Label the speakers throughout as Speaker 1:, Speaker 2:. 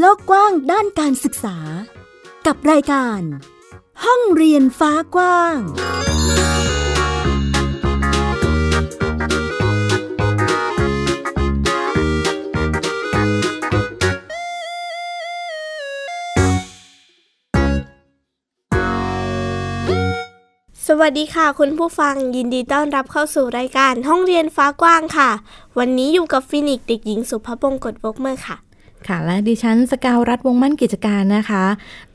Speaker 1: โลกกว้างด้านการศึกษา กับรายการ ห้องเรียนฟ้ากว้าง
Speaker 2: สวัสดีค่ะ คุณผู้ฟังยินดีต้อนรับเข้าสู่รายการห้องเรียนฟ้ากว้างค่ะ วันนี้อยู่กับฟินิกซ์เด็กหญิงสุภพงศ์กฎวกเมอร์ค่ะ
Speaker 3: ค่ะและดิฉันสกาวรัฐวงศ์มั่นกิจการนะคะ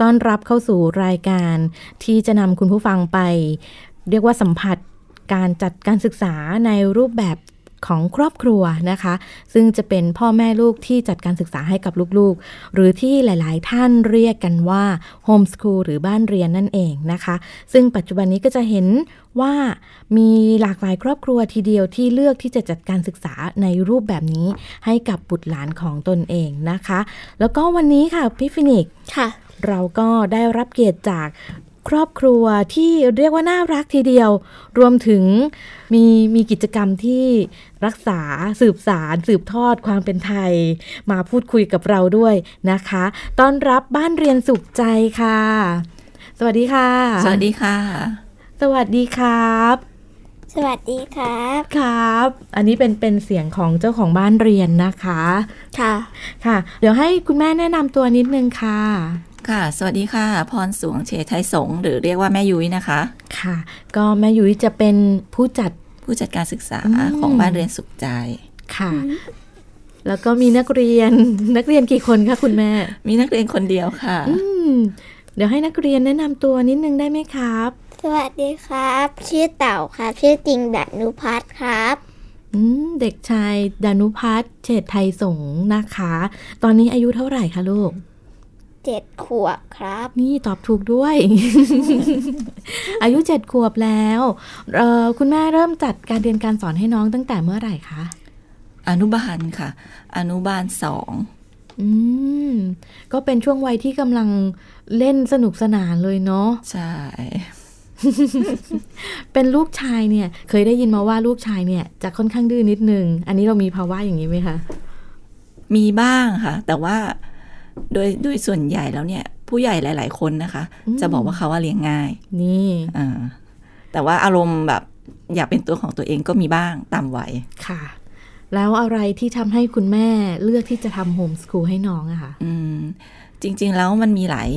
Speaker 3: ต้อนรับเข้าสู่รายการ ที่จะนำคุณผู้ฟังไป เรียกว่าสัมผัสการจัดการศึกษาในรูปแบบของครอบครัวนะคะ ซึ่งจะเป็นพ่อแม่ลูกที่จัดการศึกษาให้กับลูกๆ หรือที่หลายๆ ท่านเรียกกันว่าโฮมสคูลหรือบ้านเรียนนั่นเองนะคะ ซึ่งปัจจุบันนี้ก็จะเห็นว่ามีหลากหลายครอบครัวทีเดียวที่เลือกที่จะจัดการศึกษาในรูปแบบนี้ให้กับบุตรหลานของตนเองนะคะ แล้วก็วันนี้ค่ะพี่ฟินิกซ์
Speaker 2: ค่ะ
Speaker 3: เราก็ได้รับเกียรติจากครอบครัวที่เรียกว่าน่ารักทีเดียว รวมถึงมีมีกิจกรรมที่รักษาสืบสาร สืบทอดความเป็นไทย มาพูดคุยกับเราด้วยนะคะ ต้อนรับบ้านเรียนสุขใจค่ะ สวัสดีค่ะ
Speaker 4: สวัสดีค่ะ
Speaker 3: สวัสดีครับ
Speaker 2: สวัสดีครับ
Speaker 3: ครับ อันนี้เป็นเป็นเสียงของเจ้าของบ้านเรียนนะคะ
Speaker 2: ค่ะ
Speaker 3: ค่ะ เดี๋ยวให้คุณแม่แนะนำตัวนิดนึงค่ะ
Speaker 4: ค่ะ สวัสดีค่ะ พรสวงเฉไทยสงฆ์หรือเรียกว่าแม่ยุ้ยนะคะ
Speaker 3: ค่ะ ก็แม่ยุ้ยจะเป็นผู้จัด
Speaker 4: ผู้จัดการศึกษา
Speaker 3: อืม
Speaker 4: ของบ้านเรียนสุขใจ
Speaker 3: ค่ะ แล้วก็มีนักเรียน นักเรียนกี่คนคะคุณแม่
Speaker 4: มีนักเรียนคนเดียวค่ะ
Speaker 3: อืม เดี๋ยวให้นักเรียนแนะนำตัวนิดนึงได้ไหมครับ
Speaker 2: สวัสดีครับ ชื่อเต่าครับ ชื่อจริงดนุพัฒน์ครับ
Speaker 3: อืม เด็กชายดานุพัฒน์เฉดไทยสงฆ์นะคะ ตอนนี้อายุเท่าไหร่คะลูก
Speaker 2: เจ็ดขวบครับ
Speaker 3: นี่ตอบถูกด้วย อายุเจ็ดขวบแล้วเอ่อคุณแม่เริ่มจัดการเรียนการสอนให้น้องตั้งแต่เมื่อไหร่คะ
Speaker 4: อนุบาลค่ะ อนุบาลสอง
Speaker 3: อืม ก็เป็นช่วงวัยที่กำลังเล่นสนุกสนานเลยเนาะ
Speaker 4: ใช่
Speaker 3: เป็นลูกชายเนี่ย เคยได้ยินมาว่าลูกชายเนี่ยจะค่อนข้างดื้อนนิดนึง อันนี้เรามีภาวะอย่างนี้ไหมคะ
Speaker 4: มีบ้างค่ะ แต่ว่าโดยโดยส่วนใหญ่แล้วเนี่ย ผู้ใหญ่หลาย ๆ คนนะคะ
Speaker 3: อืม
Speaker 4: จะบอกว่าเขาว่าเลี้ยงง่าย
Speaker 3: นี่
Speaker 4: อ่าแต่ว่าอารมณ์แบบอยากเป็นตัวของตัวเองก็มีบ้างตามวัย
Speaker 3: ค่ะ แล้วอะไรที่ทำให้คุณแม่เลือกที่จะทำโฮมส o ูลให้น้องอะคะ
Speaker 4: อืม จริง ๆ แล้วมันมีหลาย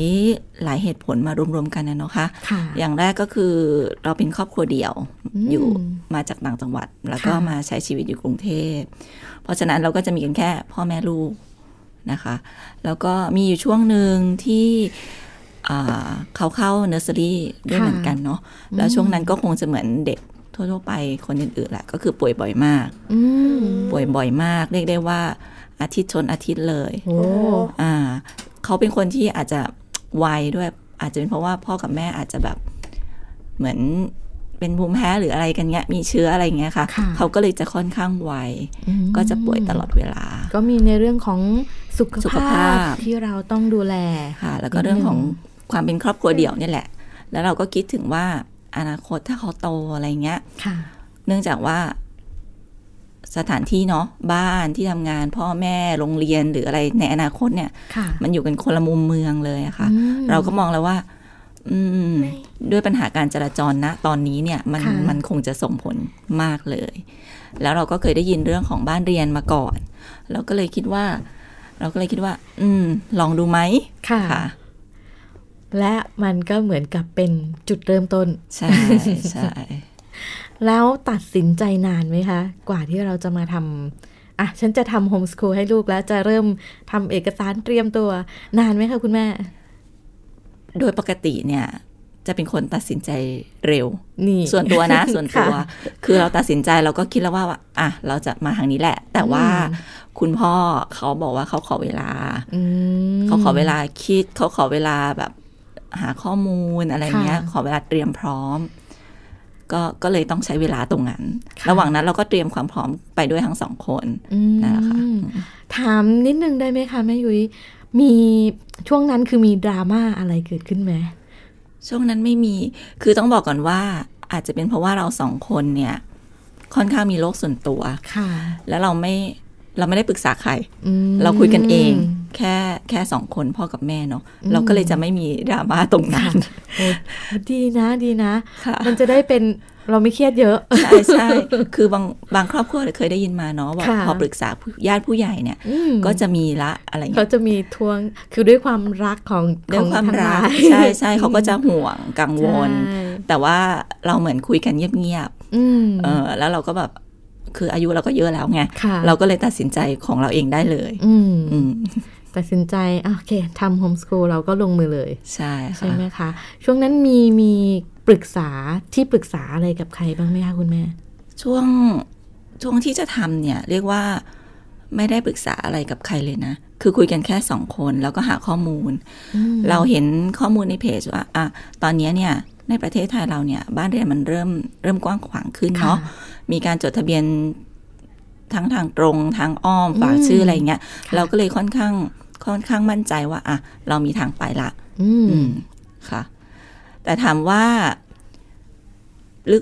Speaker 4: หลายเหตุผลมารวมๆกันนะเนาะค่ะ
Speaker 3: ค่ะ
Speaker 4: อย่างแรกก็คือเราเป็นครอบครัวเดี่ยว
Speaker 3: อืม
Speaker 4: อยู่มาจากต่างจังหวัด แล้วก็
Speaker 3: ค่ะ
Speaker 4: มาใช้ชีวิตอยู่กรุงเทพ เพราะฉะนั้นเราก็จะมีกันแค่พ่อแม่ลูกนะคะ แล้วก็มีอยู่ช่วงหนึ่งที่อ่าเขาเข้าเนอร์เซอรี่ด้วยเหมือนกันเนาะแล้วช่วงนั้นก็คงจะเหมือนเด็กทั่วๆไปคนอื่นๆแหละก็คือป่วยบ่อยมาก
Speaker 3: อืม
Speaker 4: ป่วยบ่อยมาก เรียกได้ว่าอาทิตย์ชนอาทิตย์เลย
Speaker 3: โอ้
Speaker 4: อ่าเขาเป็นคนที่อาจจะไวด้วย อาจจะเป็นเพราะว่าพ่อกับแม่อาจจะแบบเหมือนเป็นภูมิแพ้หรืออะไรกันเงี้ยมีเชื้ออะไรเงี้ยค่ะ
Speaker 3: ค่ะ
Speaker 4: เขาก็เลยจะค่อนข้างไว
Speaker 3: อืม
Speaker 4: ก็จะป่วยตลอดเวลา
Speaker 3: ก็มีในเรื่องของสุข
Speaker 4: สุข
Speaker 3: ภา
Speaker 4: ภา
Speaker 3: พ
Speaker 4: พ
Speaker 3: ที่เราต้องดูแล
Speaker 4: ค่ะ แล้วก็เรื่องของความเป็นครอบครัวเดี่ยวเนี่ยแหละ แล้วเราก็คิดถึงว่าอนาคตถ้าเขาโตอะไรเงี้ย
Speaker 3: ค่ะ
Speaker 4: เนื่องจากว่าสถานที่เนาะบ้านที่ทำงานพ่อแม่โรงเรียนหรืออะไรในอนาคตเนี่ย
Speaker 3: ค่ะ
Speaker 4: มันอยู่กันคนละมุมเมืองเลยอะค่ะ
Speaker 3: อืม
Speaker 4: เราก็มองแล้วว่า อืม
Speaker 2: ไม่
Speaker 4: ด้วยปัญหาการจราจรนะตอนนี้เนี่ย มัน
Speaker 3: ค่ะ
Speaker 4: มันคงจะส่งผลมากเลย แล้วเราก็เคยได้ยินเรื่องของบ้านเรียนมาก่อน เราก็เลยคิดว่า เราก็เลยคิดว่า อืม ลองดูไหม
Speaker 3: ค่ะ
Speaker 4: ค่ะ
Speaker 3: และมันก็เหมือนกับเป็นจุดเริ่มต้น
Speaker 4: ใช่ใช่
Speaker 3: แล้วตัดสินใจนานไหมคะ กว่าที่เราจะมาทำอ่ะ ฉันจะทำโฮมส o ูลให้ลูกแล้วจะเริ่มทำเอกสารเตรียมตัวนานไหมคะคุณแม่
Speaker 4: โดยปกติเนี่ย จะเป็นคนตัดสินใจเร็ว
Speaker 3: นี่
Speaker 4: ส่วนตัว นะ ส่วนตัว
Speaker 3: ค่ะ
Speaker 4: คือเราตัดสินใจเราก็คิดแล้วว่าว่าอ่ะเราจะมาทางนี้แหละ แต่ว่า
Speaker 3: อืม
Speaker 4: คุณพ่อเขาบอกว่าเขาขอเวลา
Speaker 3: อืม
Speaker 4: เขาขอเวลาคิดเขาขอเวลาแบบหาข้อมูลอะไรเงี้ย
Speaker 3: ค่ะ
Speaker 4: ขอเวลาเตรียมพร้อม ก็ก็เลยต้องใช้เวลาตรงนั้น
Speaker 3: ค่ะ
Speaker 4: ระหว่างนั้นเราก็เตรียมความพร้อมไปด้วยทั้งสองคน
Speaker 3: อืม
Speaker 4: นั่นแหละค่ะ
Speaker 3: ถามนิดนึงได้ไหมคะแม่ยุ้ยมีช่วงนั้นคือมีดราม่าอะไรเกิดขึ้นไหม
Speaker 4: ช่วงนั้นไม่มี คือต้องบอกก่อนว่าอาจจะเป็นเพราะว่าเราสองคนเนี่ย ค่อนข้างมีโลกส่วนตัว
Speaker 3: ค่ะ
Speaker 4: แล้วเราไม่ เราไม่ได้ปรึกษาใคร
Speaker 3: อืม
Speaker 4: เราคุยกันเอง แค่แค่สองคนพ่อกับแม่เนาะ
Speaker 3: อืม
Speaker 4: เราก็เลยจะไม่มีดราม่าตรงนั้น
Speaker 3: โอ้ดีนะดีนะ
Speaker 4: ค่ะ
Speaker 3: มันจะได้เป็นเราไม่เครียดเยอะ
Speaker 4: ใช่ใช่ คือบางบางครอบครัวเคยได้ยินมาเนาะว่า
Speaker 3: ค่ะ
Speaker 4: พอปรึกษาผู้ญาติผู้ใหญ่เนี่ย
Speaker 3: อืม
Speaker 4: ก็จะมีละอะไร
Speaker 3: เขา
Speaker 4: เงี้ย
Speaker 3: จะมีทวงคือด้วยความรักของ
Speaker 4: ด้วยความ
Speaker 3: ของ
Speaker 4: รั
Speaker 3: ทั้งห
Speaker 4: ก
Speaker 3: ลาย
Speaker 4: ใช่ใช่เขาก็จะห่วงกังวล
Speaker 3: ใช่
Speaker 4: แต่ว่าเราเหมือนคุยกันเงียบ
Speaker 3: อืม
Speaker 4: ๆเออแล้วเราก็แบบคืออายุเราก็เยอะแล้วไง
Speaker 3: ค่ะ
Speaker 4: เราก็เลยตัดสินใจของเราเองได้เลย
Speaker 3: อืม
Speaker 4: อืม
Speaker 3: ตัดสินใจอ่ะโอเคทำโฮมสกูลเราก็ลงมือเลย
Speaker 4: ใช่
Speaker 3: ใช่
Speaker 4: ค่ะ
Speaker 3: ไหมคะ ช่วงนั้นมีมีปรึกษาที่ปรึกษาอะไรกับใครบ้างไหมคะคุณแม่
Speaker 4: ช่วงช่วงที่จะทำเนี่ย เรียกว่าไม่ได้ปรึกษาอะไรกับใครเลยนะ คือคุยกันแค่สองคนแล้วก็หาข้อมูล
Speaker 3: อืม
Speaker 4: เราเห็นข้อมูลในเพจว่าอ่ะตอนเนี้ยเนี่ยในประเทศไทยเราเนี่ยบ้านเรือนมันเริ่มเริ่มกว้างขวางขึ้น
Speaker 3: ค่
Speaker 4: เนาะมีการจดทะเบียนทั้งทางตรงทางอ้อมฝาก
Speaker 3: อืม
Speaker 4: ชื่ออะไรเงี้ย
Speaker 3: ค่ะ
Speaker 4: เราก็เลยค่อนข้างค่อนข้างมั่นใจว่าอ่ะเรามีทางไปละ
Speaker 3: อืม
Speaker 4: อืมค่ะ แต่ถามว่า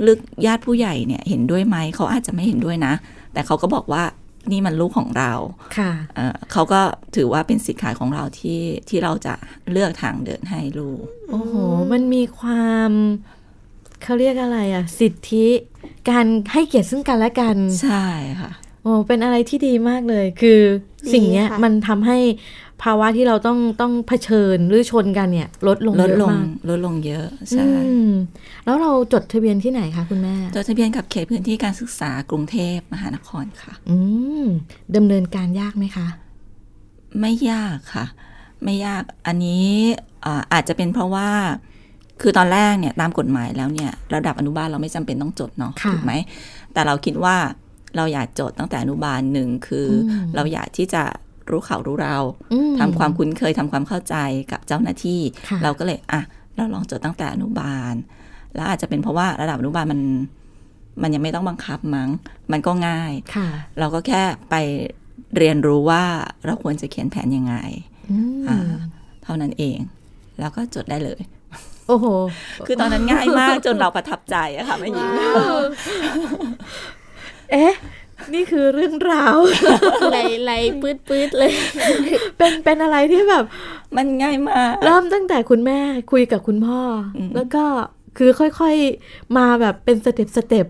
Speaker 4: ลึกๆญาติผู้ใหญ่เนี่ย เห็นด้วยไหมเขาอาจจะไม่เห็นด้วยนะ แต่เขาก็บอกว่านี่มันลูกของเรา
Speaker 3: ค่ะ
Speaker 4: เอ่อเขาก็ถือว่าเป็นสิทธิ์ขายของเราที่ที่เราจะเลือกทางเดินให้ลูก
Speaker 3: โอ้โห มันมีความเขาเรียกอะไรอะสิทธิ การให้เกียรติซึ่งกันและกัน
Speaker 4: ใช่ค่ะ
Speaker 3: โอ้เป็นอะไรที่ดีมากเลย คือสิ่งเนี้ย
Speaker 2: ดีค่ะ
Speaker 3: มันทำให้ภาวะที่เราต้องต้องเผชิญหรือชนกันเนี่ย ลดลง
Speaker 4: ลด
Speaker 3: เยอะ
Speaker 4: ลง
Speaker 3: มาก
Speaker 4: ลดลงเยอะ
Speaker 3: อื
Speaker 4: ใช่
Speaker 3: มแล้วเราจดทะเบียนที่ไหนคะคุณแม่
Speaker 4: จดทะเบียนกับเขตพื้นที่การศึกษากรุงเทพมหานครค่ะ
Speaker 3: อืมดำเนินการยากไหมคะ
Speaker 4: ไม่ยากค่ะ ไม่ยากอันนี้อ่าอาจจะเป็นเพราะว่า คือตอนแรกเนี่ยตามกฎหมายแล้วเนี่ย ระดับอนุบาลเราไม่จำเป็นต้องจดเนาะ
Speaker 3: ค่ะ
Speaker 4: ถูกไหมแต่เราคิดว่าเราอยากจดตั้งแต่อนุบาลหนึ่งคืออ
Speaker 3: ม
Speaker 4: เราอยากที่จะรู้ข่าวรู้เรา
Speaker 3: อืม
Speaker 4: ทำความคุ้นเคยทำความเข้าใจกับเจ้าหน้าที่
Speaker 3: ค่ะ
Speaker 4: เราก็เลยอ่ะเราลองจดตั้งแต่อนุบาล แล้วอาจจะเป็นเพราะว่าระดับอนุบาลมัน มันยังไม่ต้องบังคับมั้ง มันก็ง่าย
Speaker 3: ค่ะ
Speaker 4: เราก็แค่ไปเรียนรู้ว่าเราควรจะเขียนแผนยังไง
Speaker 3: อื
Speaker 4: อ่า
Speaker 3: ม
Speaker 4: เท่านั้นเอง แล้วก็จดได้เลย
Speaker 3: โอ้โห
Speaker 4: คือตอนนั้นง่ายมาก จนเราประทับใจอะค่ะแม่หญิง
Speaker 3: เอ๊ะ นี่คือเรื่องราว
Speaker 2: ไหลไหลปืดปืดๆเลย
Speaker 3: เป็นเป็นอะไรที่แบบ
Speaker 4: มันง่ายมาก
Speaker 3: เริ่มตั้งแต่คุณแม่คุยกับคุณพ่ออ
Speaker 4: ม
Speaker 3: แล้วก็คือค่อยๆมาแบบเป็นสเต็ปสเต็ป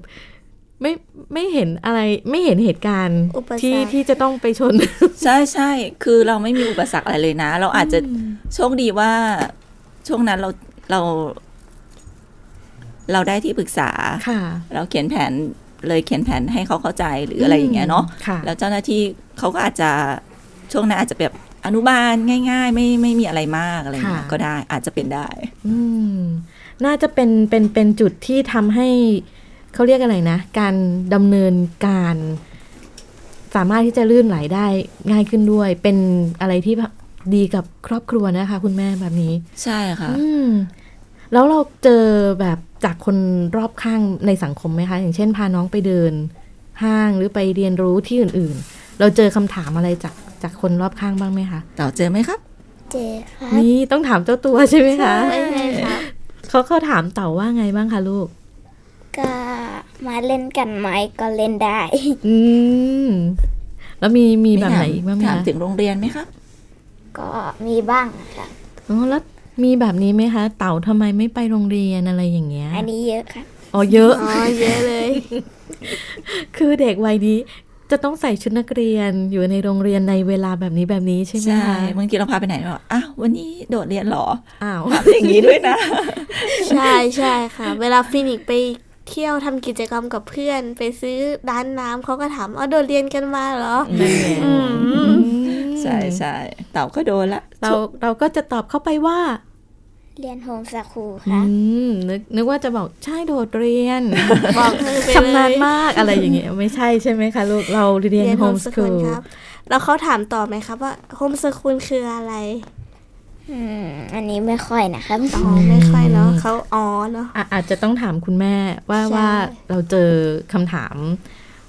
Speaker 3: ไม่ไม่เห็นอะไรไม่เห็นเหตุการณ์
Speaker 2: อุปสรรค
Speaker 3: ที่ที่จะต้องไปชน
Speaker 4: ใช่ใช่ คือเราไม่มีอุปสรรคอะไรเลยนะ เราอาจจะโชคดีว่าช่วงนั้นเราเรา เราได้ที่ปรึกษา
Speaker 3: ค่ะ
Speaker 4: เราเขียนแผนเลยเขียนแผนให้เขาเข้าใจหรืออะไรอย่างเงี้ยเนาะ
Speaker 3: ค่ะ
Speaker 4: แล้วเจ้าหน้าที่เขาก็อาจจะช่วงนั้นอาจจะแบบอนุบาลง่าย ๆ ไม่ไม่มีอะไรมากอะไรอย่างเงี้ยก็ได้อาจจะเป็นได้
Speaker 3: อืมน่าจะเป็นเป็นเป็นจุดที่ทำให้เขาเรียกอะไรนะ การดำเนินการ สามารถที่จะลื่นไหลได้ง่ายขึ้นด้วย เป็นอะไรที่แบบดีกับครอบครัวนะคะ คุณแม่แบบนี้
Speaker 4: ใช่ค่ะ
Speaker 3: อืมแล้วเราเจอแบบจากคนรอบข้างในสังคมไหมคะ อย่างเช่นพาน้องไปเดิน ห้างหรือไปเรียนรู้ที่อื่นๆ เราเจอคำถามอะไรจากจากคนรอบข้างบ้างไหมคะ
Speaker 4: เต่าเจอไหมครับ
Speaker 2: เจค่ะ
Speaker 3: นี่ต้องถามเจ้าตัวใช่ไหมคะ
Speaker 2: ไม่ไงครับ
Speaker 3: เขาเขาถามเต่าว่าไงบ้างคะลูก
Speaker 5: ก็มาเล่นกันไหมก็เล่น ได้
Speaker 3: อืมแล้วมีมีแบบไหนอีกบ้างไหม
Speaker 4: ถาม
Speaker 3: คะ
Speaker 4: ถึงโรงเรียนไหมครับ
Speaker 5: ก็มีบ้างค่ะ
Speaker 3: อ๋อแล้วมีแบบนี้ไหมคะ เต่าทำไมไม่ไปโรงเรียนอะไรอย่างเงี้ย
Speaker 5: อันนี้เยอะค่ะ
Speaker 3: อ๋อเยอะ
Speaker 2: อ๋อเยอะเลย
Speaker 3: คือเด็กวัยนี้จะต้องใส่ชุดนักเรียนอยู่ในโรงเรียนในเวลาแบบนี้แบบนี้ใช่ไหม
Speaker 4: ใช่
Speaker 3: คะ
Speaker 4: บางทีเราพาไปไหนเราบอกอ้าววันนี้โดดเรียนเหรอ
Speaker 3: อ้าว
Speaker 4: อย่างนี้ด้วยนะ
Speaker 2: ใช่ใช่ค่ะ เวลาฟินิกไปเที่ยวทำกิจกรรมกับเพื่อน ไปซื้อร้านน้ำเขาก็ถามอ๋อโดดเรียนกันมาเหรออืม
Speaker 4: ใช่ใช่เต่าก็โดนละ
Speaker 3: เราเราก็จะตอบเข้าไปว่า
Speaker 5: เรียนโฮมสคูล
Speaker 3: อื
Speaker 5: ค่ะ
Speaker 3: มนึกนึกว่าจะบอกใช่โดดเรียน
Speaker 2: บอกมือไปเลย
Speaker 3: ชำนาญมากอะไรอย่างเงี้ยไม่ใช่ใช่ไหมคะลูกเราเรียนโฮมสคูล
Speaker 2: ครับ แล้วเขาถามต่อไหมครับว่าโฮมสคูลคืออะไร
Speaker 5: อืม อันนี้ไม่ค่อยนะครับ
Speaker 2: อ๋อไม่ค่อยเนาะเขาอ๋อเนาะ
Speaker 3: อ่ะอาจจะต้องถามคุณแม่ว่า
Speaker 5: ใช่
Speaker 3: ว่าเราเจอคำถาม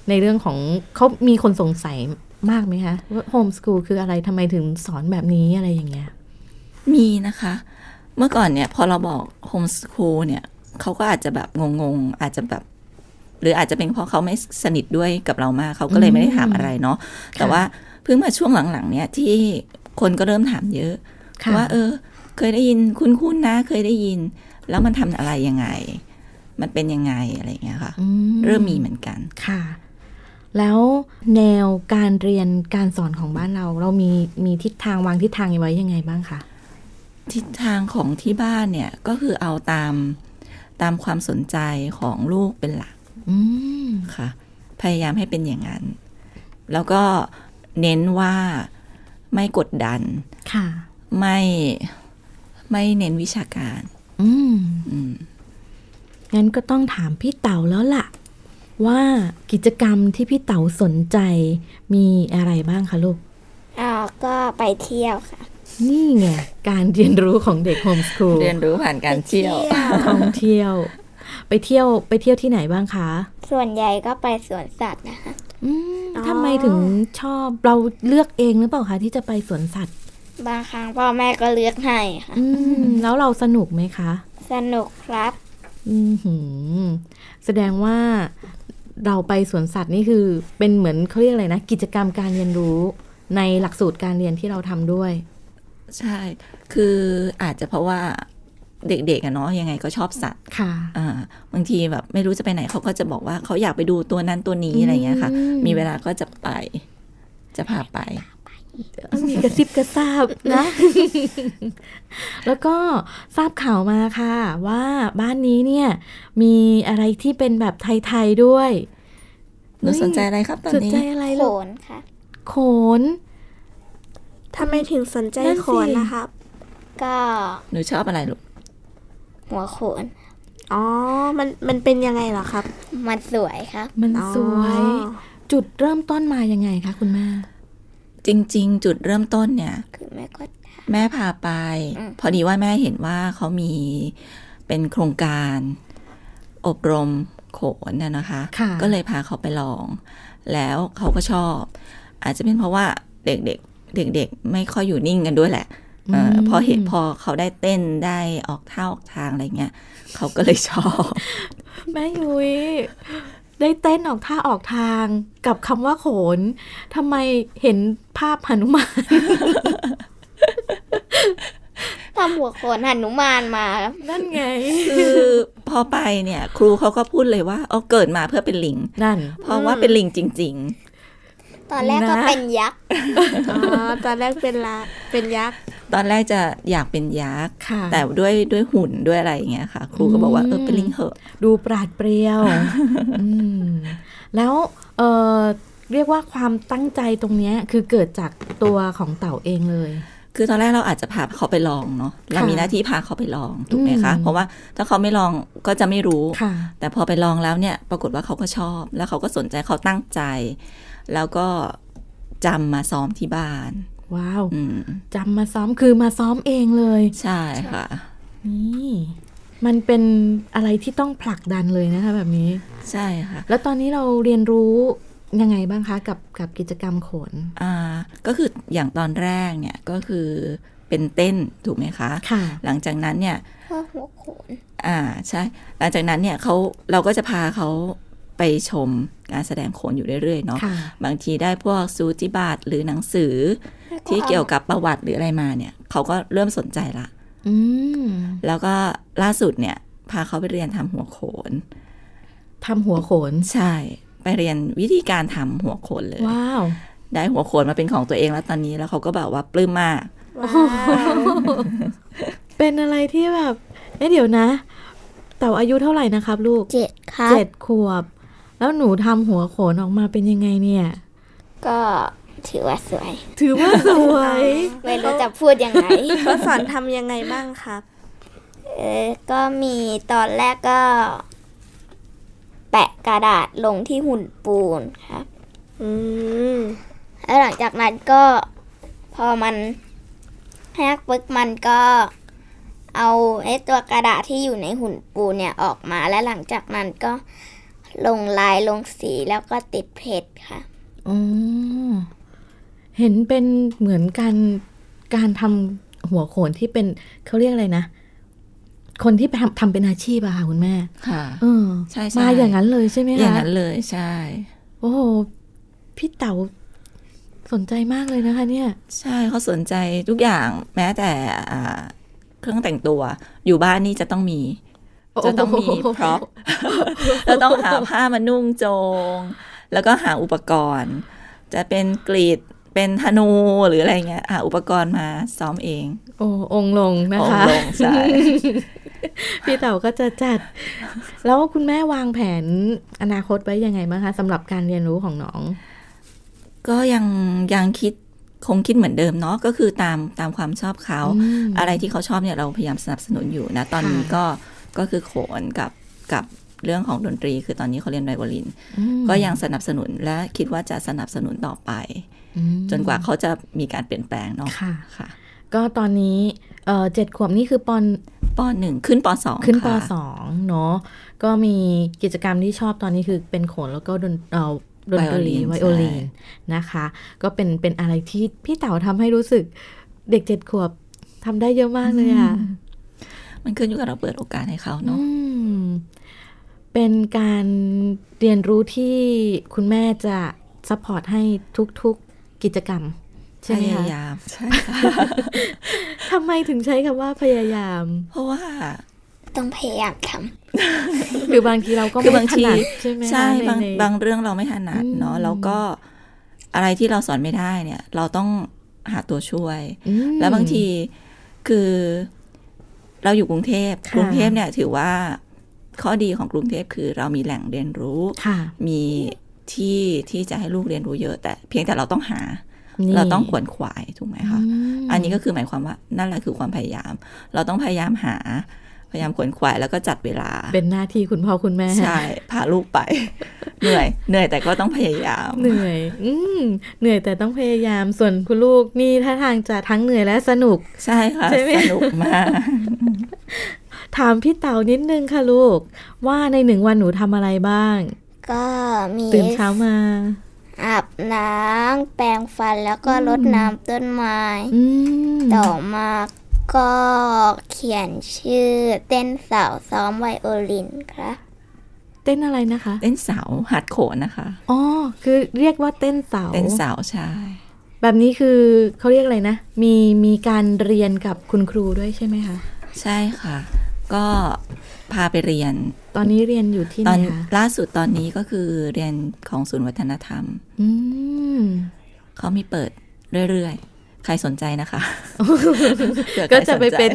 Speaker 3: ในเรื่องของเขามีคนสงสัยมากไหมคะว่าโฮมสคูลคืออะไรทำไมถึงสอนแบบนี้อะไรอย่างเงี้ย
Speaker 4: มีนะคะ เมื่อก่อนเนี่ย พอเราบอกโฮมส o ูลเนี่ยเขาก็อาจจะแบบงงๆ อาจจะแบบ หรืออาจจะเป็นเพราะเขาไม่สนิทด้วยกับเรามากเขาก็เลยไม่ได้ถามอะไรเนาะแต่ว่าเพิ่งมาช่วงหลังๆ เนี่ยที่คนก็เริ่มถามเยอะ
Speaker 3: ค่ะ
Speaker 4: ว่าเออ เคยได้ยินคุ้นๆนะ เคยได้ยิน แล้วมันทำอะไรยังไง มันเป็นยังไงอะไรอย่างเงี้ยค่ะ
Speaker 3: อื
Speaker 4: เริ่มมีเหมือนกัน
Speaker 3: ค่ะ แล้วแนวการเรียนการสอนของบ้านเรา เรามีมีทิศทางวางทิศทางไว้ยังไงบ้างคะ
Speaker 4: ทิศทางของที่บ้านเนี่ยก็คือเอาตามตามความสนใจของลูกเป็นหลัก
Speaker 3: อืม
Speaker 4: ค่ะ พยายามให้เป็นอย่างนั้น แล้วก็เน้นว่าไม่กดดัน
Speaker 3: ค่ะ
Speaker 4: ไม่ไม่เน้นวิชาการ
Speaker 3: อืม
Speaker 4: อืม
Speaker 3: งั้นก็ต้องถามพี่เต๋าแล้วล่ะ ว่ากิจกรรมที่พี่เต๋าสนใจมีอะไรบ้างคะลูก
Speaker 5: อ๋อก็ไปเที่ยวค่ะ
Speaker 3: นี่ไง การเรียนรู้ของเด็กโฮมสคูล
Speaker 4: เรียนรู้ผ่านการเที่ยว
Speaker 3: ท่องเที่ยว ไปเที่ยวไปเที่ยวที่ไหนบ้างคะ
Speaker 5: ส่วนใหญ่ก็ไปสวนสัตว์นะคะ
Speaker 3: อืมทำไมถึงชอบเราเลือกเองหรือเปล่าคะที่จะไปสวนสัตว์
Speaker 5: บางครั้งพ่อแม่ก็เลือกให้ค่ะ
Speaker 3: อืม แล้วเราสนุกไหมคะ
Speaker 5: สนุกครับ
Speaker 3: อือหือ แสดงว่าเราไปสวนสัตว์นี่คือเป็นเหมือนเขาเรียกอะไรนะ กิจกรรมการเรียนรู้ในหลักสูตรการเรียนที่เราทำด้วย
Speaker 4: ใช่ คืออาจจะเพราะว่าเด็กๆอะเนาะยังไงก็ชอบสัตว์
Speaker 3: ค่ะ
Speaker 4: อ่าบางทีแบบไม่รู้จะไปไหนเขาก็จะบอกว่าเขาอยากไปดูตัวนั้นตัวนี้
Speaker 3: อืม
Speaker 4: อะไรอย่างเงี้ยค่ะ มีเวลาก็จะไป จะพาไป
Speaker 3: มีกระซิบกระซาบนะ แล้วก็ทราบข่าวมาค่ะ ว่าบ้านนี้เนี่ย มีอะไรที่เป็นแบบไทยๆด้วย
Speaker 4: หนูสนใจอะไรครับตอน
Speaker 3: สน
Speaker 4: นี้
Speaker 3: ใจอะไร
Speaker 5: โข
Speaker 3: ลูก
Speaker 5: นค่ะ
Speaker 3: โขน
Speaker 2: ทำไมถึงสนใจ
Speaker 3: นั่นสิ
Speaker 2: โขนล่ะครับ
Speaker 5: ก็
Speaker 4: หนูชอบอะไรลูก
Speaker 5: หัวโขน
Speaker 2: อ๋อ มัน มันเป็นยังไงเหรอครับ
Speaker 5: มันสวยครับ
Speaker 3: มัน
Speaker 2: อ๋อ
Speaker 3: สวย จุดเริ่มต้นมายังไงคะคุณแม่
Speaker 4: จริง ๆ จุดเริ่มต้นเนี่ย
Speaker 5: คือแม่ก็
Speaker 4: แม่พาไป
Speaker 5: อืม
Speaker 4: พอดีว่าแม่เห็นว่าเขามีเป็นโครงการ อบรมโขนน่ะนะคะ
Speaker 3: ค่ะ
Speaker 4: ก็เลยพาเขาไปลอง แล้วเขาก็ชอบ อาจจะเป็นเพราะว่าเด็กๆ เด็กๆ ไม่ค่อยอยู่นิ่งกันด้วยแหละเออ
Speaker 3: ม
Speaker 4: พอเห็นพอเขาได้เต้นได้ออกท่าออกทางอะไรเงี้ยเขาก็เลยชอบ
Speaker 3: แม่ยุ้ยได้เต้นออกท่าออกทางกับคำว่าโขนทำไมเห็นภาพหนุมาน
Speaker 5: ทำหัวโขนหันุมานมาครับ
Speaker 3: นั่นไง
Speaker 4: คือพอไปเนี่ย ครูเขาก็พูดเลยว่าเอาเกิดมาเพื่อเป็นลิง
Speaker 3: นั่น
Speaker 4: เพราะว่าเป็นลิงจริง
Speaker 5: ตอนแรกก็
Speaker 3: นะ
Speaker 5: เป็นยักษ์
Speaker 2: อ๋อ ตอนแรกเป็นละเป็นยักษ์
Speaker 4: ๆ ตอนแรกจะอยากเป็นยักษ์
Speaker 3: ค่ะ
Speaker 4: แต่ด้วยด้วยหุ่นด้วยอะไรอย่างเงี้ยค่ะ ครูก็บอกว่าเออเป็นลิงเหอะ
Speaker 3: ดูปราดเปรียว อืม แล้วเออเรียกว่าความตั้งใจตรงเนี้ยคือเกิดจากตัวของเต่าเองเลย
Speaker 4: คือตอนแรกเราอาจจะพาเขาไปลองเนาะเรามีหน้าที่พาเขาไปลองถูกไหมคะ
Speaker 3: อืม
Speaker 4: เพราะว่าถ้าเขาไม่ลองก็จะไม่รู้
Speaker 3: ค่ะ
Speaker 4: แต่พอไปลองแล้วเนี่ย ปรากฏว่าเขาก็ชอบ แล้วเขาก็สนใจเขาตั้งใจ แล้วก็จำมาซ้อมที่บ้าน
Speaker 3: ว้าว
Speaker 4: อืม
Speaker 3: จำมาซ้อมคือมาซ้อมเองเลย
Speaker 4: ใช่ค่ะ
Speaker 3: นี่ มันเป็นอะไรที่ต้องผลักดันเลยนะคะแบบนี้
Speaker 4: ใช่ค่ะ
Speaker 3: แล้วตอนนี้เราเรียนรู้ยังไงบ้างคะกับกับกิจกรรมโขน
Speaker 4: อ่าก็คืออย่างตอนแรกเนี่ยก็คือเป็นเต้นถูกไหมคะ
Speaker 3: ค่ะ
Speaker 4: หลังจากนั้นเนี่ย
Speaker 5: เพราะหัวโขน
Speaker 4: อ่าใช่ หลังจากนั้นเนี่ยเขาเราก็จะพาเขาไปชมการแสดงโขนอยู่เรื่อยๆเนาะ
Speaker 3: ค่ะ
Speaker 4: บางทีได้พวกซูจิบาตหรือหนังสือ ที่เกี่ยวกับประวัติหรืออะไรมาเนี่ยเขาก็เริ่มสนใจละ
Speaker 3: อืม
Speaker 4: แล้วก็ล่าสุดเนี่ยพาเขาไปเรียนทำหัวโขน
Speaker 3: ทำหัวโขน
Speaker 4: ใช่ ไปเรียนวิธีการทำหัวโขนเลย
Speaker 3: ว้าว
Speaker 4: ได้หัวโขนมาเป็นของตัวเองแล้วตอนนี้แล้วเขาก็แบบว่าปลื้มมาก
Speaker 2: ว้าว
Speaker 3: เป็นอะไรที่แบบ เอ๊ะเดี๋ยวนะ เต่าอายุเท่าไหร่นะครับลูก
Speaker 5: เจ็ดครับ
Speaker 3: เจ็ดขวบ แล้วหนูทำหัวโขนออกมาเป็นยังไงเนี่ย
Speaker 5: ก็ถือว่าสวย
Speaker 3: ถือว่าสวย
Speaker 5: ไม่รู้จะพูดยังไง
Speaker 2: เขาสอนทำยังไงบ้างครับ
Speaker 5: เออก็มีตอนแรกก็ แปะกระดาษลงที่หุ่นปูนครับ
Speaker 2: อืม
Speaker 5: แล้วหลังจากนั้นก็พอมันแฮกปึ๊กมันก็เอาไอ้ตัวกระดาษที่อยู่ในหุ่นปูนเนี่ยออกมา และหลังจากนั้นก็ลงลายลงสีแล้วก็ติดเพชรค่ะ
Speaker 3: อ๋อ เห็นเป็นเหมือนการการทำหัวโขนที่เป็นเขาเรียกอะไรนะ คนที่ทำทำเป็นอาชีพอะค่ะคุณแม่
Speaker 4: ค่ะ
Speaker 3: เออ
Speaker 4: ใช่ใช่
Speaker 3: มาอย่างนั้นเลยใช่ไหม
Speaker 4: อย่าง
Speaker 3: คะ
Speaker 4: นั้นเลยใช่
Speaker 3: โอ้โหพี่เต๋าสนใจมากเลยนะคะ เนี่ย
Speaker 4: ใช่เขาสนใจทุกอย่างแม้แต่อ่าเครื่องแต่งตัว อยู่บ้านนี่จะต้อง มี จะต้องมีพร็อพ เราต้องหาผ้ามานุ่งโจง แล้วก็หาอุปกรณ์ จะเป็นกรีดเป็นธนูหรืออะไรเงี้ยหาอุปกรณ์มาซ้อมเอง
Speaker 3: โอ้องค์ลงนะ
Speaker 4: อง
Speaker 3: คะ
Speaker 4: ลงใช่
Speaker 3: พี่เต๋าก็จะจัด แล้วคุณแม่วางแผนอนาคตไว้ยังไงบ้างคะสำหรับการเรียนรู้ของน้อง
Speaker 4: ก็ยังยังคิดคงคิดเหมือนเดิมเนาะก็คือตามตามความชอบเขา
Speaker 3: อืม
Speaker 4: อะไรที่เขาชอบเนี่ยเราพยายามสนับสนุนอยู่นะ ตอนนี้
Speaker 3: ค่ะ
Speaker 4: ก็ก็คือโขนกับกับเรื่องของดนตรี คือตอนนี้เขาเรียนไวโอลิน
Speaker 3: อืม
Speaker 4: ก็ยังสนับสนุนและคิดว่าจะสนับสนุนต่อไป
Speaker 3: อืม
Speaker 4: จนกว่าเขาจะมีการเปลี่ยนแปลงเนาะ
Speaker 3: ค่ะ
Speaker 4: ค่ะ
Speaker 3: ก็ตอนนี้เอ่อเจ็ดขวบนี่คือปอน
Speaker 4: ปหนึ่งขึ้นปสอง
Speaker 3: ขึ้นป
Speaker 4: ค่ะ
Speaker 3: สองเนาะก็มีกิจกรรมที่ชอบตอนนี้คือเป็นโขนแล้วก็ดนเอ่อดนตรี
Speaker 4: ไว
Speaker 3: ไว
Speaker 4: โอลิน
Speaker 3: โอลิน
Speaker 4: ใช่
Speaker 3: นะคะ ก็เป็นเป็นอะไรที่พี่เต๋าทำให้รู้สึกเด็กเจ็ดขวบทำได้เยอะมากเลยอ่ะ
Speaker 4: มันขึ้นอยู่กับเราเปิดโอกาสให้เขาเนาะ
Speaker 3: อืมเป็นการเรียนรู้ที่คุณแม่จะซัพพอร์ตให้ทุกๆกิจกรรม ใช่
Speaker 4: พ
Speaker 3: ไหม
Speaker 4: ยา
Speaker 3: คะ
Speaker 4: ยามใช่ค่ะ
Speaker 3: ทำไมถึงใช้คำว่าพยายาม
Speaker 4: เพราะว่า
Speaker 5: ต้องพยายามทำ
Speaker 3: คือบางทีเราก็
Speaker 4: คือ
Speaker 3: ไม่
Speaker 4: บาง
Speaker 3: ถ
Speaker 4: ที
Speaker 3: นัดใช่ไหมคะ
Speaker 4: ใช่บาง
Speaker 3: ใน
Speaker 4: บางเรื่องเราไม่ถนัดเนาะ
Speaker 3: อืม
Speaker 4: แล้วก็อะไรที่เราสอนไม่ได้เนี่ย เราต้องหาตัวช่วย
Speaker 3: อืม
Speaker 4: แล้วบางทีคือเราอยู่กรุงเทพ
Speaker 3: ค่ะ
Speaker 4: กรุงเทพเนี่ยถือว่าข้อดีของกรุงเทพคือเรามีแหล่งเรียนรู้
Speaker 3: ค่ะ
Speaker 4: มีที่ที่จะให้ลูกเรียนรู้เยอะ แต่เพียงแต่เราต้องหา
Speaker 3: นี่
Speaker 4: เราต้องขวนขวายถูกไหมคะ
Speaker 3: อืม
Speaker 4: อันนี้ก็คือหมายความว่านั่นแหละคือความพยายาม เราต้องพยายามหา พยายามขวนขวายแล้วก็จัดเวลา
Speaker 3: เป็นหน้าที่คุณพ่อคุณแม่
Speaker 4: ใช่พาลูกไป เหนื่อย เหนื่อยแต่ก็ต้องพยายาม
Speaker 3: เหนื่อย อืมเหนื่อยแต่ต้องพยายามส่วนคุณลูกนี่ท่าทางจะทั้งเหนื่อยและสนุก
Speaker 4: ใช่ค่ะ
Speaker 3: ใช่ไหม
Speaker 4: สนุกมาก
Speaker 3: ถามพี่เต่านิดนึงค่ะลูก ว่าในหนึ่งวันหนูทำอะไรบ้าง
Speaker 5: ก็มี
Speaker 3: ตื่นเช้ามา
Speaker 5: อาบน้ำแปรงฟันแล้วก็รดน้ำต้นไม้
Speaker 3: อืม
Speaker 5: ต่อมาก็เขียนชื่อเต้นสาวซ้อมไวโอลินครับ
Speaker 3: เต้นอะไรนะคะ
Speaker 4: เต้นเสาหัดโขนนะคะ
Speaker 3: อ๋อ คือเรียกว่าเต้นเสา
Speaker 4: เต้นเสาใช่
Speaker 3: แบบนี้คือเขาเรียกอะไรนะ มีมีการเรียนกับคุณครูด้วยใช่ไหมคะ
Speaker 4: ใช่ค่ะ ก็พาไปเรียน
Speaker 3: ตอนนี้เรียนอยู่ที่ไห
Speaker 4: ต
Speaker 3: น
Speaker 4: อน
Speaker 3: คะ
Speaker 4: ล่าสุดตอนนี้ก็คือเรียนของศูนย์วัฒนธรรม
Speaker 3: อืม
Speaker 4: เขามีเปิดเรื่อยๆ ใครสนใจ นะคะเผื่อใคร
Speaker 3: ก็จะไป
Speaker 4: สใจ
Speaker 3: เป็น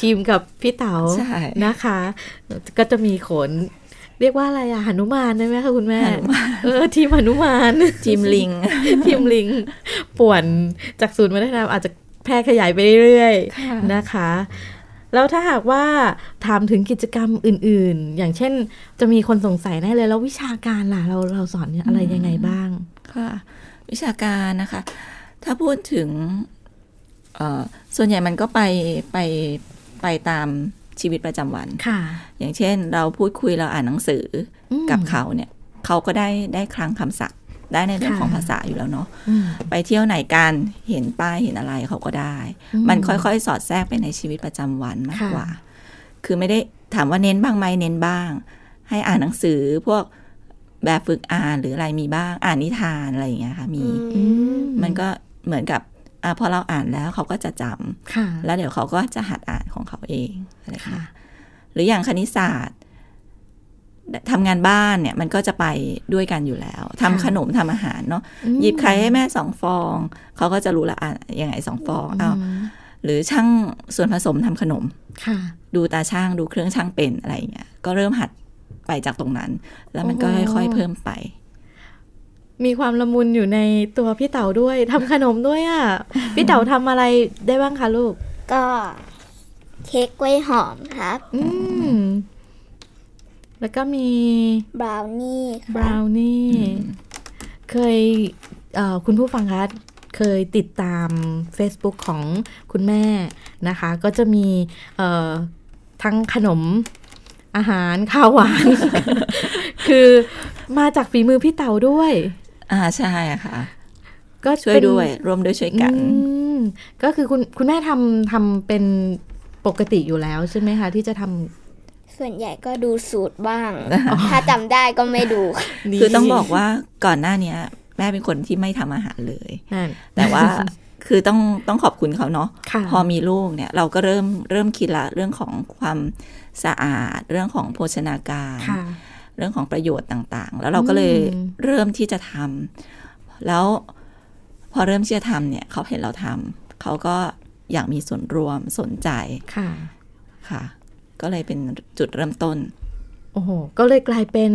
Speaker 3: ทีมกับพี่เต๋า
Speaker 4: ใช่
Speaker 3: นะคะ ก็จะมีขน เรียกว่าอะไรอะหนุมานได้ไหมคะคุณแม่ เออ ทีมหนุมาน
Speaker 4: ทีมลิง
Speaker 3: ทีมลิงก์ป่วนจากศูนย์วัฒนธรรมอาจจะแพร่ขยายไปเรื่อยๆนะคะ แล้วถ้าหากว่าถามถึงกิจกรรมอื่นๆ อย่างเช่นจะมีคนสงสัยแน่เลยแล้ววิชาการล่ะเราเราสอนอะไรยังไงบ้าง
Speaker 4: ค่ะวิชาการนะคะ ถ้าพูดถึงเอ่อส่วนใหญ่มันก็ไปไปไปตามชีวิตประจำวัน
Speaker 3: ค่ะ
Speaker 4: อย่างเช่น เราพูดคุยเราอ่านหนังสือ
Speaker 3: อื
Speaker 4: อ
Speaker 3: ม
Speaker 4: กับเขาเนี่ยเขาก็ได้ได้คลังคำศัพท์ ได้ในเรื่อง
Speaker 3: ค่ะ
Speaker 4: ของภาษาอยู่แล้วเนาะ
Speaker 3: อืม
Speaker 4: ไปเที่ยวไหนกันเห็นป้ายเห็นอะไรเขาก็ได้
Speaker 3: อืม
Speaker 4: มันค่อยๆ สอดแทรกไปในชีวิตประจำวันมาก
Speaker 3: ค่ะ
Speaker 4: กว่า คือไม่ได้ถามว่าเน้นบ้างไหมเน้นบ้าง ให้อ่านหนังสือพวกแบบฝึกอ่านหรืออะไรมีบ้างอ่านนิทานอะไรอย่างเงี้ยค่ะมี
Speaker 3: อื
Speaker 4: มันก็เหมือนกับอะพอเราอ่านแล้วเขาก็จะจำ
Speaker 3: ค่ะ
Speaker 4: แล้วเดี๋ยวเขาก็จะหัดอ่านของเขาเองอะไรอย่าง
Speaker 3: ค่ะ
Speaker 4: เงี้ยหรืออย่างคณิตศาสตร์ทำงานบ้านเนี่ยมันก็จะไปด้วยกันอยู่แล้วทำ
Speaker 3: ค่ะ
Speaker 4: ขนมทำอาหารเนาะ
Speaker 3: อืม
Speaker 4: หยิบไข่ให้แม่สองฟอง เขาก็จะรู้ละอ่ะยังไงสองฟองอ้าวหรือช่างส่วนผสมทำขนม
Speaker 3: ค่ะ
Speaker 4: ดูตาช่างดูเครื่องช่างเป็นอะไรอย่างเงี้ยก็เริ่มหัดไปจากตรงนั้น แล้วมันก็
Speaker 3: โอ้โห
Speaker 4: ค่อยๆเพิ่มไป
Speaker 3: มีความละมุนอยู่ในตัวพี่เต๋าด้วยทำขนมด้วย อ่ะ พี่เต๋าทำอะไรได้บ้างคะลูก
Speaker 5: ก็เค้กกล้วยหอมครับ
Speaker 3: อืม แล้วก็มี
Speaker 5: บราวนี่ค
Speaker 3: บ
Speaker 5: รั
Speaker 3: รา
Speaker 5: บ
Speaker 3: วนี่ เคยเอ่อคุณผู้ฟังคะเคยติดตาม Facebook ของคุณแม่นะคะ ก็จะมีเอ่อทั้งขนมอาหารข้าวหวาน คือมาจากฝีมือพี่เต่าด้วย
Speaker 4: อ่าใช่ค่ะ
Speaker 3: ก็
Speaker 4: ช่วย
Speaker 3: เป็น
Speaker 4: ด้วยร่วมด้วยช่วยกัน
Speaker 3: อืมก็คือคุณคุณแม่ทำทำเป็น ปกติอยู่แล้วใช่ไหมคะ ที่จะท
Speaker 5: ส่วนใหญ่ก็ดูสูตรบ้าง ถ้าจำได้ก็ไม่ดู ค่ะ
Speaker 3: ำดี
Speaker 4: คือต้องบอกว่าก่อนหน้าเนี้ย แม่เป็นคนที่ไม่ทำอาหารเลย
Speaker 3: นั่น
Speaker 4: แต่ว่า คือต้องต้องขอบคุณเขาเนาะ
Speaker 3: ค่ะ
Speaker 4: พอมีลูกเนี่ยเราก็เริ่มเริ่มคิดละเรื่องของความสะอาด เรื่องของโภชนาการ
Speaker 3: ค่ะ
Speaker 4: เรื่องของประโยชน์ต่างๆ แล้วเราก็เลย
Speaker 3: อืม
Speaker 4: เริ่มที่จะทำแล้วพอเริ่มที่จะทำเนี่ยเขาเห็นเราทำเขาก็อยากมีส่วนรวมสนใจ
Speaker 3: ค่ะ
Speaker 4: ค่ะ ก็เลยเป็นจุดเริ่มต้น
Speaker 3: โอ้โห ก็เลยกลายเป็น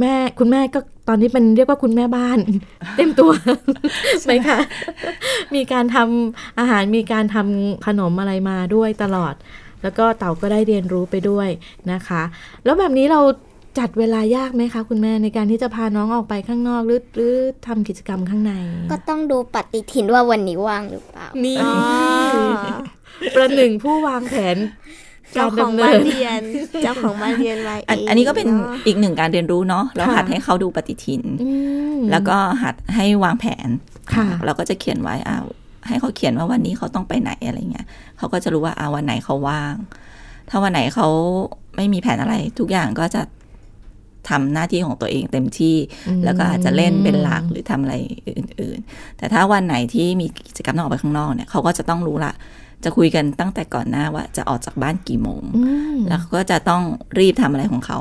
Speaker 3: แม่คุณแม่ก็ตอนนี้เป็นเรียกว่าคุณแม่บ้าน เต็มตัว ไหมคะมีการทำอาหารมีการทำขนมอะไรมาด้วยตลอด แล้วก็เต่าก็ได้เรียนรู้ไปด้วยนะคะ แล้วแบบนี้เราจัดเวลายากไหมคะ คุณแม่ในการที่จะพาน้องออกไปข้างนอกหรือหรือทำกิจกรรมข้างใน
Speaker 5: ก็ต้องดูปฏิทินว่าวันนี้ว่างหรือเปล่า
Speaker 3: นี่
Speaker 2: อ๋อ
Speaker 3: ประหนึ่งผู้วางแผนกา
Speaker 2: เจ้าร ของ
Speaker 3: ดำเนิ
Speaker 2: บ้าน
Speaker 3: น
Speaker 2: เรียน เจ้าของบ้านเรียนไว้
Speaker 4: อัน
Speaker 2: เง
Speaker 4: อันนี้ก็เป็น
Speaker 2: เาะ
Speaker 4: อีกหนึ่งการเรียนรู้เนาะเรา
Speaker 3: ค่ะ
Speaker 4: หัดให้เขาดูปฏิทิน
Speaker 3: อืม
Speaker 4: แล้วก็หัดให้วางแผน
Speaker 3: ค่ะ
Speaker 4: เราก็จะเขียนไว้อ่าให้เขาเขียนว่าวันนี้เขาต้องไปไหนอะไรเงี้ยเขาก็จะรู้ว่าอ่าวันไหนเขาว่าง ถ้าวันไหนเขาไม่มีแผนอะไร ทุกอย่างก็จะทำหน้าที่ของตัวเองเต็มที่ แล้วก็อาจจะเล่นเป็นหลักหรือทำอะไรอื่น ๆ แต่ถ้าวันไหนที่มีกิจกรรมต้องออกไปข้างนอกเนี่ยเขาก็จะต้องรู้ละ จะคุยกันตั้งแต่ก่อนหน้าว่าจะออกจากบ้านกี่โมง
Speaker 3: อืม
Speaker 4: แล้วเขาก็จะต้องรีบทำอะไรของเขา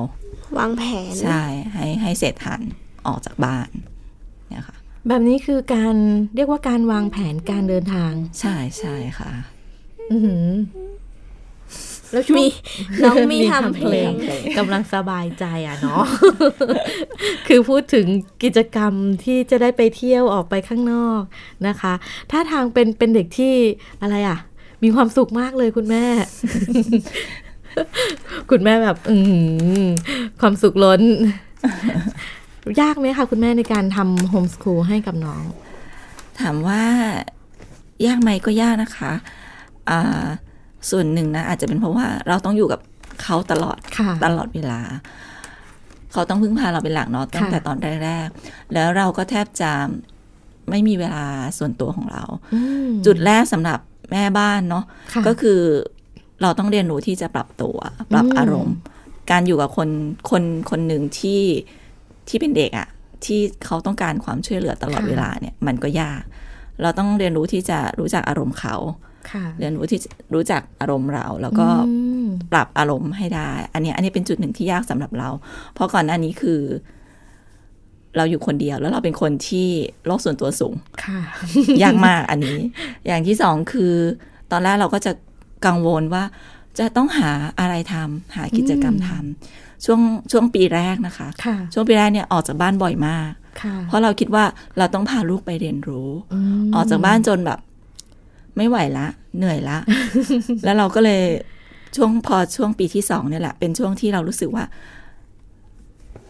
Speaker 2: วางแผน
Speaker 4: ใช่ ให้ให้เสร็จทันออกจากบ้านเนี่ยค่ะ
Speaker 3: แบบนี้คือการเรียกว่าการวางแผนการเดินทาง
Speaker 4: ใช่ใช่ค่ะ
Speaker 3: อือหือแล้วช่ว
Speaker 2: มี
Speaker 3: ง
Speaker 2: น้องมีทำเพลง
Speaker 3: กำลังสบายใจอ่ะเนาะ คือพูดถึงกิจกรรมที่จะได้ไปเที่ยวออกไปข้างนอกนะคะ ถ้าทางเป็นเป็นเด็กที่อะไรอ่ะ มีความสุขมากเลยคุณแม่ คุณแม่แบบ อือหือความสุขล้น ยากไหมคะคุณแม่ในการทำโฮมส o ูลให้กับน้อง
Speaker 4: ถามว่ายากไหมก็ยากนะคะอ่าส่วนหนึ่งนะอาจจะเป็นเพราะว่าเราต้องอยู่กับเขาตลอด
Speaker 3: ค่ะ
Speaker 4: ตลอดเวลา เขาต้องพึ่งพาเราเป็นหลักเนาะตั้งแต่ตอนแรกๆ แล้วเราก็แทบจะไม่มีเวลาส่วนตัวของเรา
Speaker 3: อืม
Speaker 4: จุดแรกสำหรับแม่บ้านเนาะ
Speaker 3: ค่ะ
Speaker 4: ก็คือเราต้องเรียนรู้ที่จะปรับตัว ปรับ
Speaker 3: อืม
Speaker 4: อารมณ์ การอยู่กับคนคนคนหนึ่งที่ที่เป็นเด็กอะที่เขาต้องการความช่วยเหลือตลอด
Speaker 3: ค่ะ
Speaker 4: เวลาเนี่ย มันก็ยาก เราต้องเรียนรู้ที่จะรู้จักอารมณ์เขา
Speaker 3: ค่ะ
Speaker 4: เรียนรู้ที่จะรู้จักอารมณ์เรา แล้วก็
Speaker 3: อืม
Speaker 4: ปรับอารมณ์ให้ได้ อันเนี้ยอันนี้เป็นจุดหนึ่งที่ยากสำหรับเรา เพราะก่อนหน้านี้คือ เราอยู่คนเดียวแล้วเราเป็นคนที่โลกส่วนตัวสูง
Speaker 3: ค่ะ
Speaker 4: ยากมากอันนี้ อย่างที่สองคือ ตอนแรกเราก็จะกังวลว่า จะต้องหาอะไรทำหากิจกรรมทำช่วงช่วงปีแรกนะคะ
Speaker 3: ค่ะ
Speaker 4: ช่วงปีแรกเนี่ยออกจากบ้านบ่อยมาก
Speaker 3: ค่ะ
Speaker 4: เพราะเราคิดว่าเราต้องพาลูกไปเรียนรู้
Speaker 3: ม
Speaker 4: ออกจากบ้านจนแบบ ไม่ไหวละ เหนื่อย ละ แล้วเราก็เลยช่วงพอช่วงปีที่สองเนี่ยแหละ เป็นช่วงที่เรารู้สึกว่า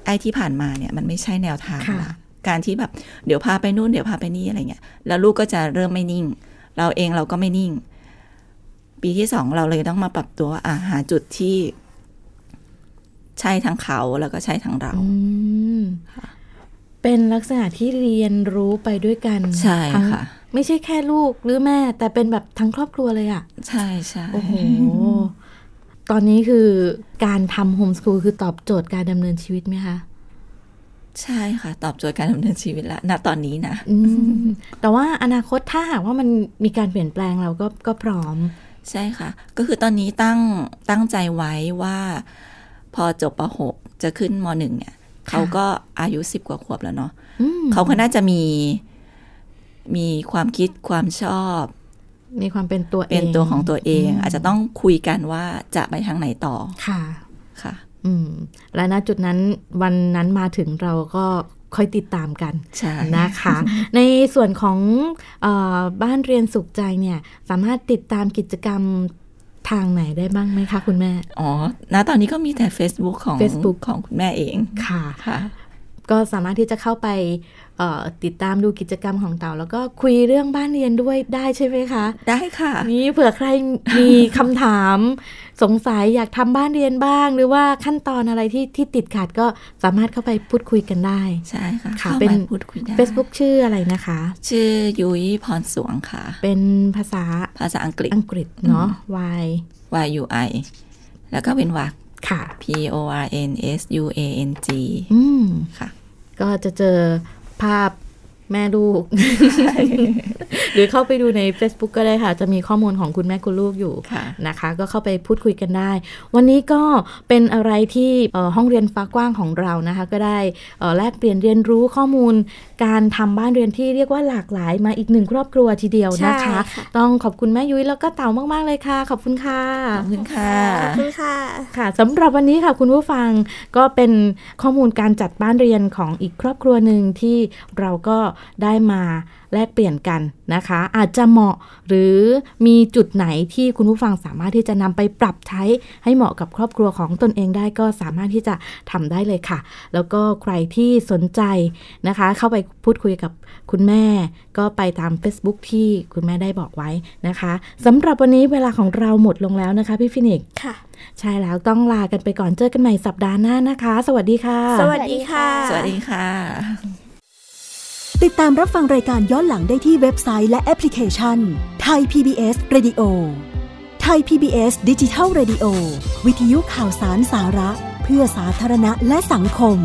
Speaker 4: ไอ้ที่ผ่านมาเนี่ยมันไม่ใช่แนวทางละการที่แบบเดี๋ยวพาไปนู่นเดี๋ยวพาไปนี่อะไรเงี้ยแล้วลูกก็จะเริ่มไม่นิ่ง เราเองเราก็ไม่นิ่ง ปีที่สองเราเลยต้องมาปรับตัวว่าอ่ะหาจุดที่ ใช่ทั้งเขาแล้วก็ใช่ทั้งเรา
Speaker 3: อืมเป็นลักษณะที่เรียนรู้ไปด้วยกัน
Speaker 4: ใช่
Speaker 3: ทั้ง
Speaker 4: ค่ะ
Speaker 3: ไม่ใช่แค่ลูกหรือแม่ แต่เป็นแบบทั้งครอบครัวเลยอะ่ะ
Speaker 4: ใช่ใช่
Speaker 3: โอ้โห ตอนนี้คือการทำโฮมส o ูลคือตอบโจทย์การดำเนินชีวิตไหมคะ
Speaker 4: ใช่ค่ะ ตอบโจทย์การดำเนินชีวิตละณตอนนี้นะ
Speaker 3: อืม แต่ว่าอนาคตถ้าหากว่ามันมีการเปลี่ยนแปลงเราก็ก็พร้อม
Speaker 4: ใช่ค่ะ ก็คือตอนนี้ตั้งตั้งใจไว้ว่า พอจบป .6 จะขึ้นม .1 เนี่ย เขาก็อายุ 10 กว่าขวบแล้วเนาะ
Speaker 3: อืม
Speaker 4: เขาก็น่าจะมีมีความคิดความชอบ
Speaker 3: มีความเป็นตัวเอง
Speaker 4: เป็นตัวของตัวเอง อาจจะต้องคุยกันว่าจะไปทางไหนต่อ
Speaker 3: ค่ะ
Speaker 4: ค่ะ
Speaker 3: อืม และณจุดนั้นวันนั้นมาถึงเราก็ค่อยติดตาม กัน
Speaker 4: ใช่
Speaker 3: นะคะ ในส่วนของเออบ้านเรียนสุขใจเนี่ย สามารถติดตามกิจกรรมทางไหนได้บ้างไหมคะคุณแม่
Speaker 4: อ๋อ ณตอนนี้ก็มีแต่ Facebook ของ
Speaker 3: Facebook
Speaker 4: ของคุณแม่เอง
Speaker 3: ค่ะ
Speaker 4: ค่ะ
Speaker 3: ก็สามารถที่จะเข้าไปเอ่อติดตามดูกิจกรรมของเต่า แล้วก็คุยเรื่องบ้านเรียนด้วยได้ใช่ไหมคะ
Speaker 4: ได้ค่ะ
Speaker 3: นี่เผื่อใครมีคำถาม สงสัยอยากทำบ้านเรียนบ้าง หรือว่าขั้นตอนอะไรที่ที่ติดขัดก็สามารถเข้าไปพูดคุยกันได้
Speaker 4: ใช่ค่ะ
Speaker 3: ค่ะ
Speaker 4: เข้า
Speaker 3: เป็น
Speaker 4: มาพูดคุยได้
Speaker 3: Facebook ชื่ออะไรนะคะ
Speaker 4: ชื่อยุ้ยพรสวงค่ะ
Speaker 3: เป็นภาษา
Speaker 4: ภาษาอังกฤษ
Speaker 3: อังกฤษเนาะ Y
Speaker 4: Y U I แล้วก็เป็นวรรค
Speaker 3: ค่ะ
Speaker 4: P O R N S U A N G
Speaker 3: อืม
Speaker 4: ค่ะ
Speaker 3: ก็จะเจอภาพแม่ลูก หรือเข้าไปดูใน Facebook ก็ได้ค่ะ จะมีข้อมูลของคุณแม่คุณลูกอยู่
Speaker 4: ค่ะ
Speaker 3: นะคะ ก็เข้าไปพูดคุยกันได้ วันนี้ก็เป็นอะไรที่เอ่อห้องเรียนฟ้ากว้างของเรานะคะ ก็ได้เอ่อแลกเปลี่ยนเรียนรู้ข้อมูล การทำบ้านเรียนที่เรียกว่าหลากหลายมาอีกหนึ่งครอบครัวทีเดียวนะคะ
Speaker 2: ใช่ค่ะ
Speaker 3: ต้องขอบคุณแม่ยุ้ยแล้วก็เต่ามากๆเลยค่ะ ขอบคุณค่ะ
Speaker 4: ขอบคุณค่ะ
Speaker 2: ขอบคุณค่ะ
Speaker 3: ค่ะสำหรับวันนี้ค่ะคุณผู้ฟังก็เป็นข้อมูลการจัดบ้านเรียนของอีกครอบครัวหนึ่งที่เราก็ได้มาแลกเปลี่ยนกันนะคะ อาจจะเหมาะหรือมีจุดไหนที่คุณผู้ฟังสามารถที่จะนำไปปรับใช้ให้เหมาะกับครอบครัวของตนเองได้ก็สามารถที่จะทำได้เลยค่ะ แล้วก็ใครที่สนใจนะคะ เข้าไปพูดคุยกับคุณแม่ ก็ไปตาม Facebook ที่คุณแม่ได้บอกไว้นะคะสำหรับวันนี้เวลาของเราหมดลงแล้วนะคะพี่ฟินิกซ์
Speaker 2: ค่ะ
Speaker 3: ใช่แล้วต้องลากันไปก่อนเจอกันใหม่สัปดาห์หน้านะคะ สวัสดีค่ะ
Speaker 2: สวัสดีค่ะ
Speaker 4: สวัสดีค่ะ
Speaker 1: ติดตามรับฟังรายการย้อนหลังได้ที่เว็บไซต์และแอปพลิเคชันไทย PBS Radio ไทย PBS ดิจิทัล Radio วิทยุข่าวสารสาระ เพื่อสาธารณะและสังคม